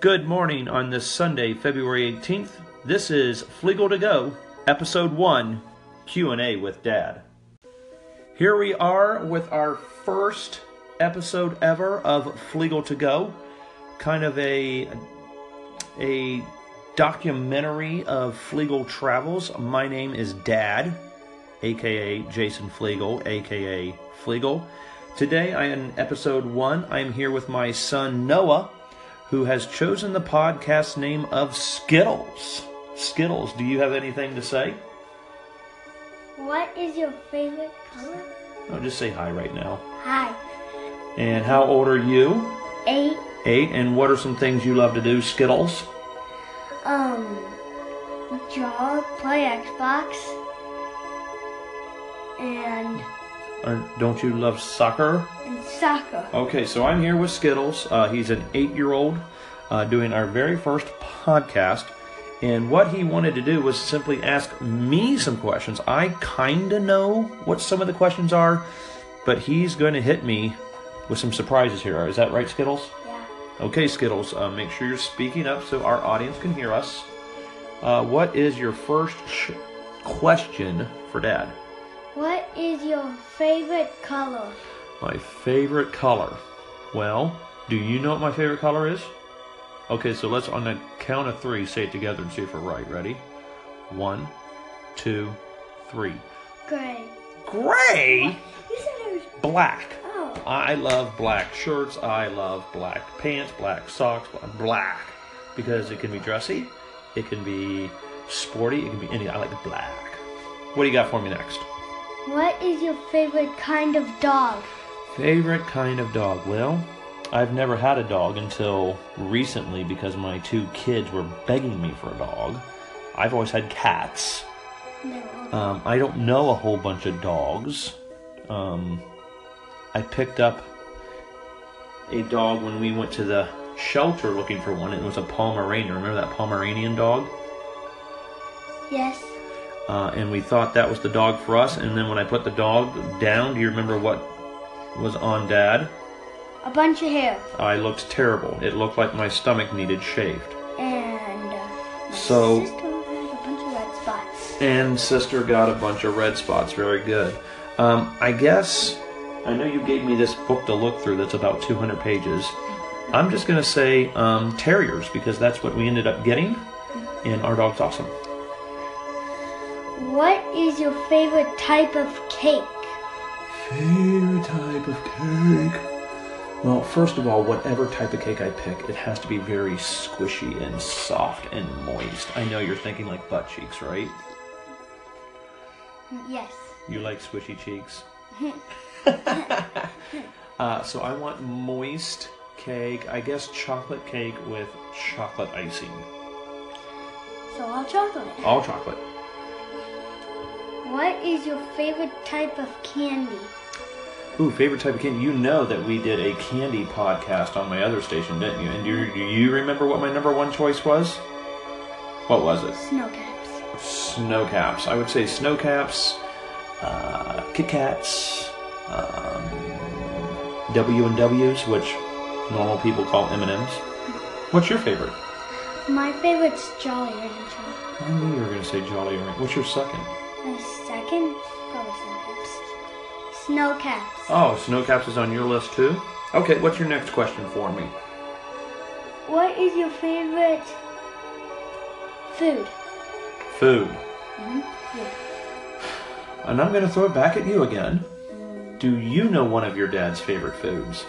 Good morning on this Sunday, February 18th. This is Fleagle to Go, Episode 1, Q&A with Dad. Here we are with our first episode ever of Fleagle to Go, kind of a a documentary of Fleagle travels. My name is Dad, aka Jason Fleagle, aka Fleagle. Today I am in episode 1. I am here with my son Noah who has chosen the podcast name of Skittles. Skittles, do you have anything to say? What is your favorite color? No, just say hi right now. Hi. And how old are you? Eight. Eight. And what are some things you love to do? Skittles. Um. Draw. Play Xbox. And Or don't you love soccer? and soccer. Okay, so I'm here with Skittles. Uh, he's an eight year old uh, doing our very first podcast. And what he wanted to do was simply ask me some questions. I kind of know what some of the questions are, but he's going to hit me with some surprises here. Is that right, Skittles? Yeah. Okay, Skittles, uh, make sure you're speaking up so our audience can hear us. Uh, what is your first sh- question for Dad? What is your favorite color? My favorite color. Well, do you know what my favorite color is? Okay, so let's on the count of three say it together and see if we're right. Ready? One, two, three. Gray. Gray? You said it was. Black. Oh. I love black shirts. I love black pants, black socks, bla- black. Because it can be dressy, it can be sporty, it can be any. I like black. What do you got for me next? What is your favorite kind of dog? Favorite kind of dog? Well, I've never had a dog until recently because my two kids were begging me for a dog. I've always had cats. No. Um, I don't know a whole bunch of dogs. Um, I picked up a dog when we went to the shelter looking for one. It was a Pomeranian. Remember that Pomeranian dog? Yes. Uh, and we thought that was the dog for us. And then when I put the dog down, do you remember what was on Dad? A bunch of hair. I looked terrible. It looked like my stomach needed shaved. And. Uh, my So- Sister has a bunch of red spots. And sister got a bunch of red spots. Very good. Um, I guess I know you gave me this book to look through that's about 200 pages. I'm just going to say um, terriers because that's what we ended up getting, and our dog's awesome. What is your favorite type of cake? Favorite type of cake? Well, first of all, whatever type of cake I pick, it has to be very squishy and soft and moist. I know you're thinking like butt cheeks, right? Yes. You like squishy cheeks? uh, so I want moist cake, I guess chocolate cake with chocolate icing. So all chocolate. All chocolate. What is your favorite type of candy? Ooh, favorite type of candy. You know that we did a candy podcast on my other station, didn't you? And you, do you remember what my number one choice was? What was it? Snow caps. Snow caps. I would say snow caps, uh, Kit Kats, um, W and W's, which normal people call M and M's. What's your favorite? My favorite's Jolly Rancher. I knew you were going to say Jolly Rancher. What's your second? The second, probably snow caps. Snow caps. Oh, Snow Caps is on your list too? Okay, what's your next question for me? What is your favorite food? Food. Yeah. Mm-hmm. And I'm going to throw it back at you again. Do you know one of your dad's favorite foods?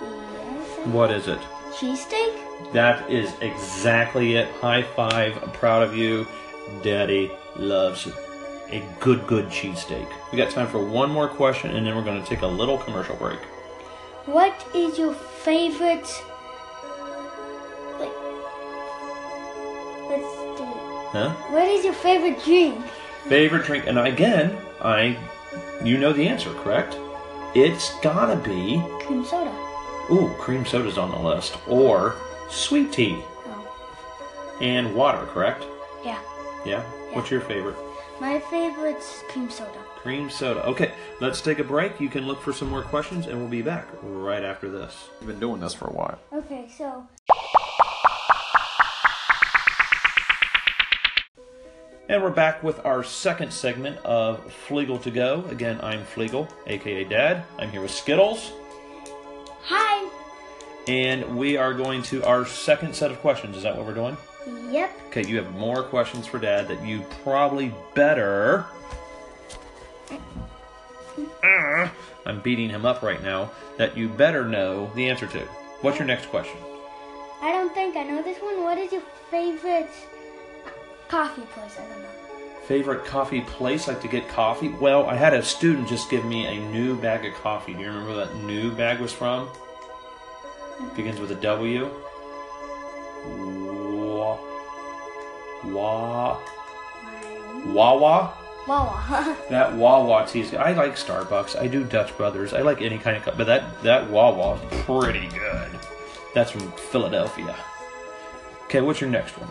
Yes. What is it? Cheesesteak? That is exactly it. High five. I'm proud of you. Daddy loves a good, good cheesesteak. We got time for one more question and then we're going to take a little commercial break. What is your favorite? Wait. Let's do. it. Huh? What is your favorite drink? Favorite drink, and again, I, you know the answer, correct? It's gotta be, Cream soda. ooh, cream soda's on the list, or sweet tea Oh, and water, correct? yeah. Yeah. What's your favorite? My favorite's cream soda. Cream soda. Okay, let's take a break. You can look for some more questions, and we'll be back right after this. You've been doing this for a while. Okay, so And we're back with our second segment of Flegel to Go. Again, I'm Flegel, aka Dad. I'm here with Skittles, hi. and we are going to our second set of questions. Is that what we're doing? Yep. Okay, you have more questions for Dad that you probably better. Ah, I'm beating him up right now. That you better know the answer to. What's your next question? I don't think I know this one. What is your favorite coffee place? I don't know. Favorite coffee place like to get coffee? Well, I had a student just give me a new bag of coffee. Do you remember where that new bag was from? Begins with a W. Wa Wa Wawa. Wawa. That Wawa tea is. I like Starbucks. I do Dutch Brothers. I like any kind of cup, but that that Wawa is pretty good. That's from Philadelphia. Okay, what's your next one?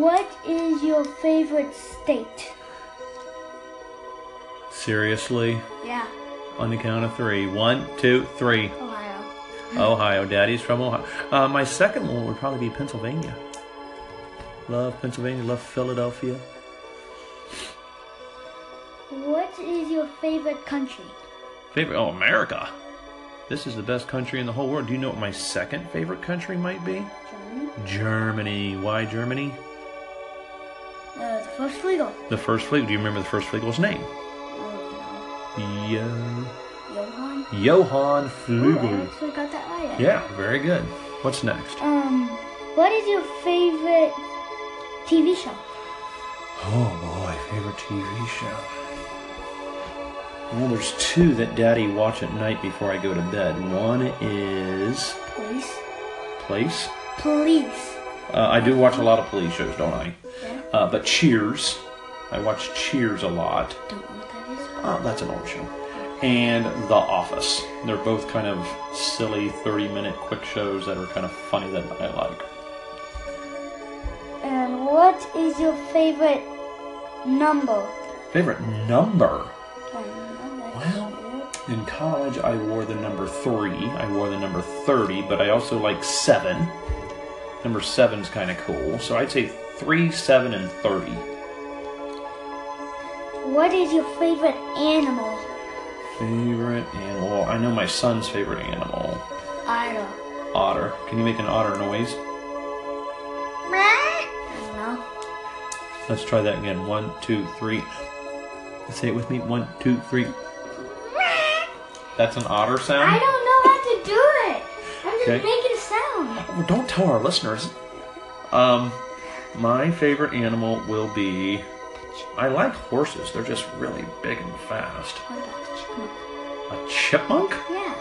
what is your favorite state? Seriously, Yeah, on the count of three. One, two, three. Ohio. Ohio. Daddy's from Ohio. Uh, my second one would probably be Pennsylvania. Love Pennsylvania. Love Philadelphia. What is your favorite country? Favorite? Oh, America. This is the best country in the whole world. Do you know what my second favorite country might be? Germany. Germany. Why Germany? Uh, the first legal. The first Flegel. Do you remember the first Flegel's name? Oh, Yo- no. Johann. Johann Ooh, I Flegel. actually got that right. Yeah, very good. What's next? Um, what is your favorite TV show? Oh boy, favorite TV show. Well, there's two that Daddy watch at night before I go to bed. One is Police. Place. Police. Uh, I do watch a lot of police shows, don't I? Yeah. Uh, but Cheers. I watch Cheers a lot. Don't know what that is. Oh, that's an old show. And The Office. They're both kind of silly 30 minute quick shows that are kind of funny that I like. And what is your favorite number? Favorite number? Wow. In college, I wore the number three. I wore the number 30, but I also like seven. Number seven's kind of cool. So I'd say three, seven, and 30. What is your favorite animal? Favorite animal? I know my son's favorite animal. I don't Otter. Can you make an otter noise? know. Let's try that again. One, two, three. Say it with me. One, two, three. That's an otter sound. I don't know how to do it. I'm just Okay. making a sound. Well, Oh, don't tell our listeners. Um, my favorite animal will be. I like horses. They're just really big and fast. What about the chipmunk? A chipmunk? Yeah.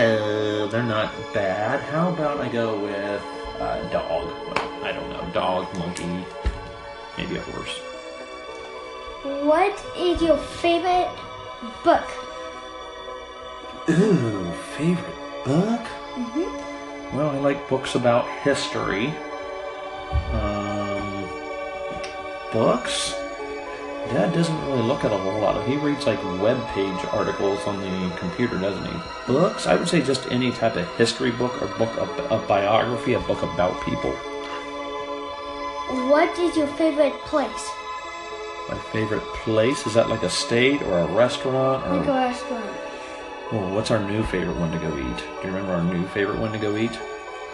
Uh, they're not bad. How about I go with a dog? Well, I don't know. Dog, monkey, maybe a horse. What is your favorite book? Ooh, favorite book? Mm-hmm. Well, I like books about history. Um, books? Dad doesn't really look at a whole lot of. He reads like web page articles on the computer, doesn't he? Books? I would say just any type of history book or book a, a biography, a book about people. What is your favorite place? My favorite place is that like a state or a restaurant Like or a restaurant. oh, what's our new favorite one to go eat? Do you remember our new favorite one to go eat?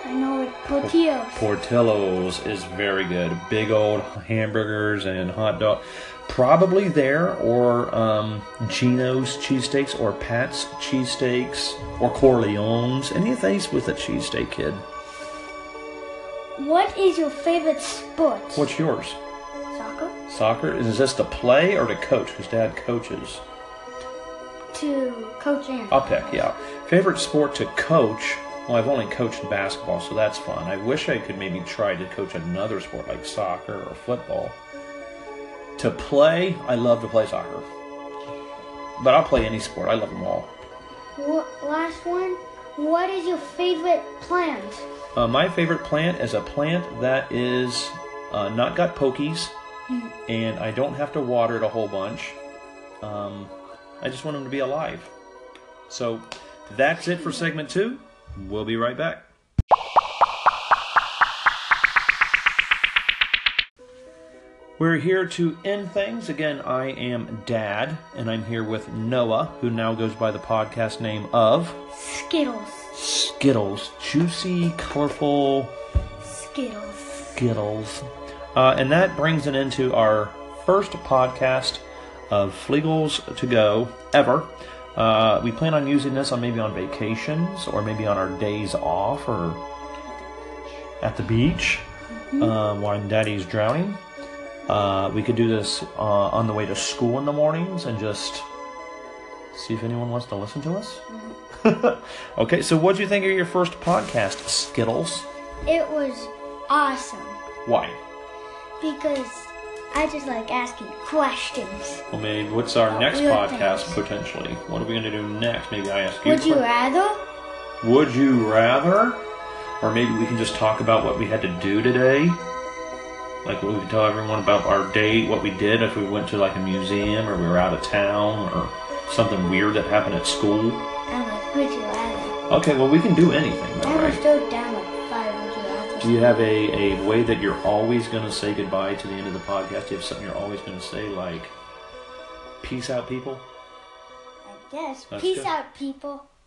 I know it. Portillo's. Portillo's is very good. Big old hamburgers and hot dog. Probably there or um, Gino's cheesesteaks or Pat's cheesesteaks or Corleone's. Any of these with a cheesesteak, kid. What is your favorite sport? What's yours? Soccer. Soccer? Is this to play or to coach? Because dad coaches. To coach in. I'll pick, yeah. Favorite sport to coach? Well, I've only coached basketball, so that's fun. I wish I could maybe try to coach another sport like soccer or football. To play, I love to play soccer. But I'll play any sport. I love them all. Wha- last one. What is your favorite plant? Uh, my favorite plant is a plant that is uh, not got pokies, and I don't have to water it a whole bunch. Um, I just want them to be alive. So that's it for segment two. We'll be right back. We're here to end things. Again, I am Dad, and I'm here with Noah, who now goes by the podcast name of Skittles. Skittles. Juicy, colorful Skittles. Skittles. Uh, and that brings it into our first podcast of Fleagles to Go ever. Uh, we plan on using this on maybe on vacations or maybe on our days off or at the beach uh, when daddy's drowning. Uh, we could do this uh, on the way to school in the mornings and just see if anyone wants to listen to us. okay, so what do you think of your first podcast, Skittles? It was awesome Why? because I just like asking questions. Well, maybe what's our next Weird podcast things. potentially? What are we going to do next? Maybe I ask you. Would you que- rather? Would you rather? Or maybe we can just talk about what we had to do today. Like we could tell everyone about our date, what we did if we went to like a museum or we were out of town or something weird that happened at school. I'm like, would you rather? Okay, well we can do anything. Though, I was right? so down like five would you rather. Do you have a, a way that you're always going to say goodbye to the end of the podcast? Do you have something you're always going to say like, peace out, people? I guess. That's Peace good. out, people.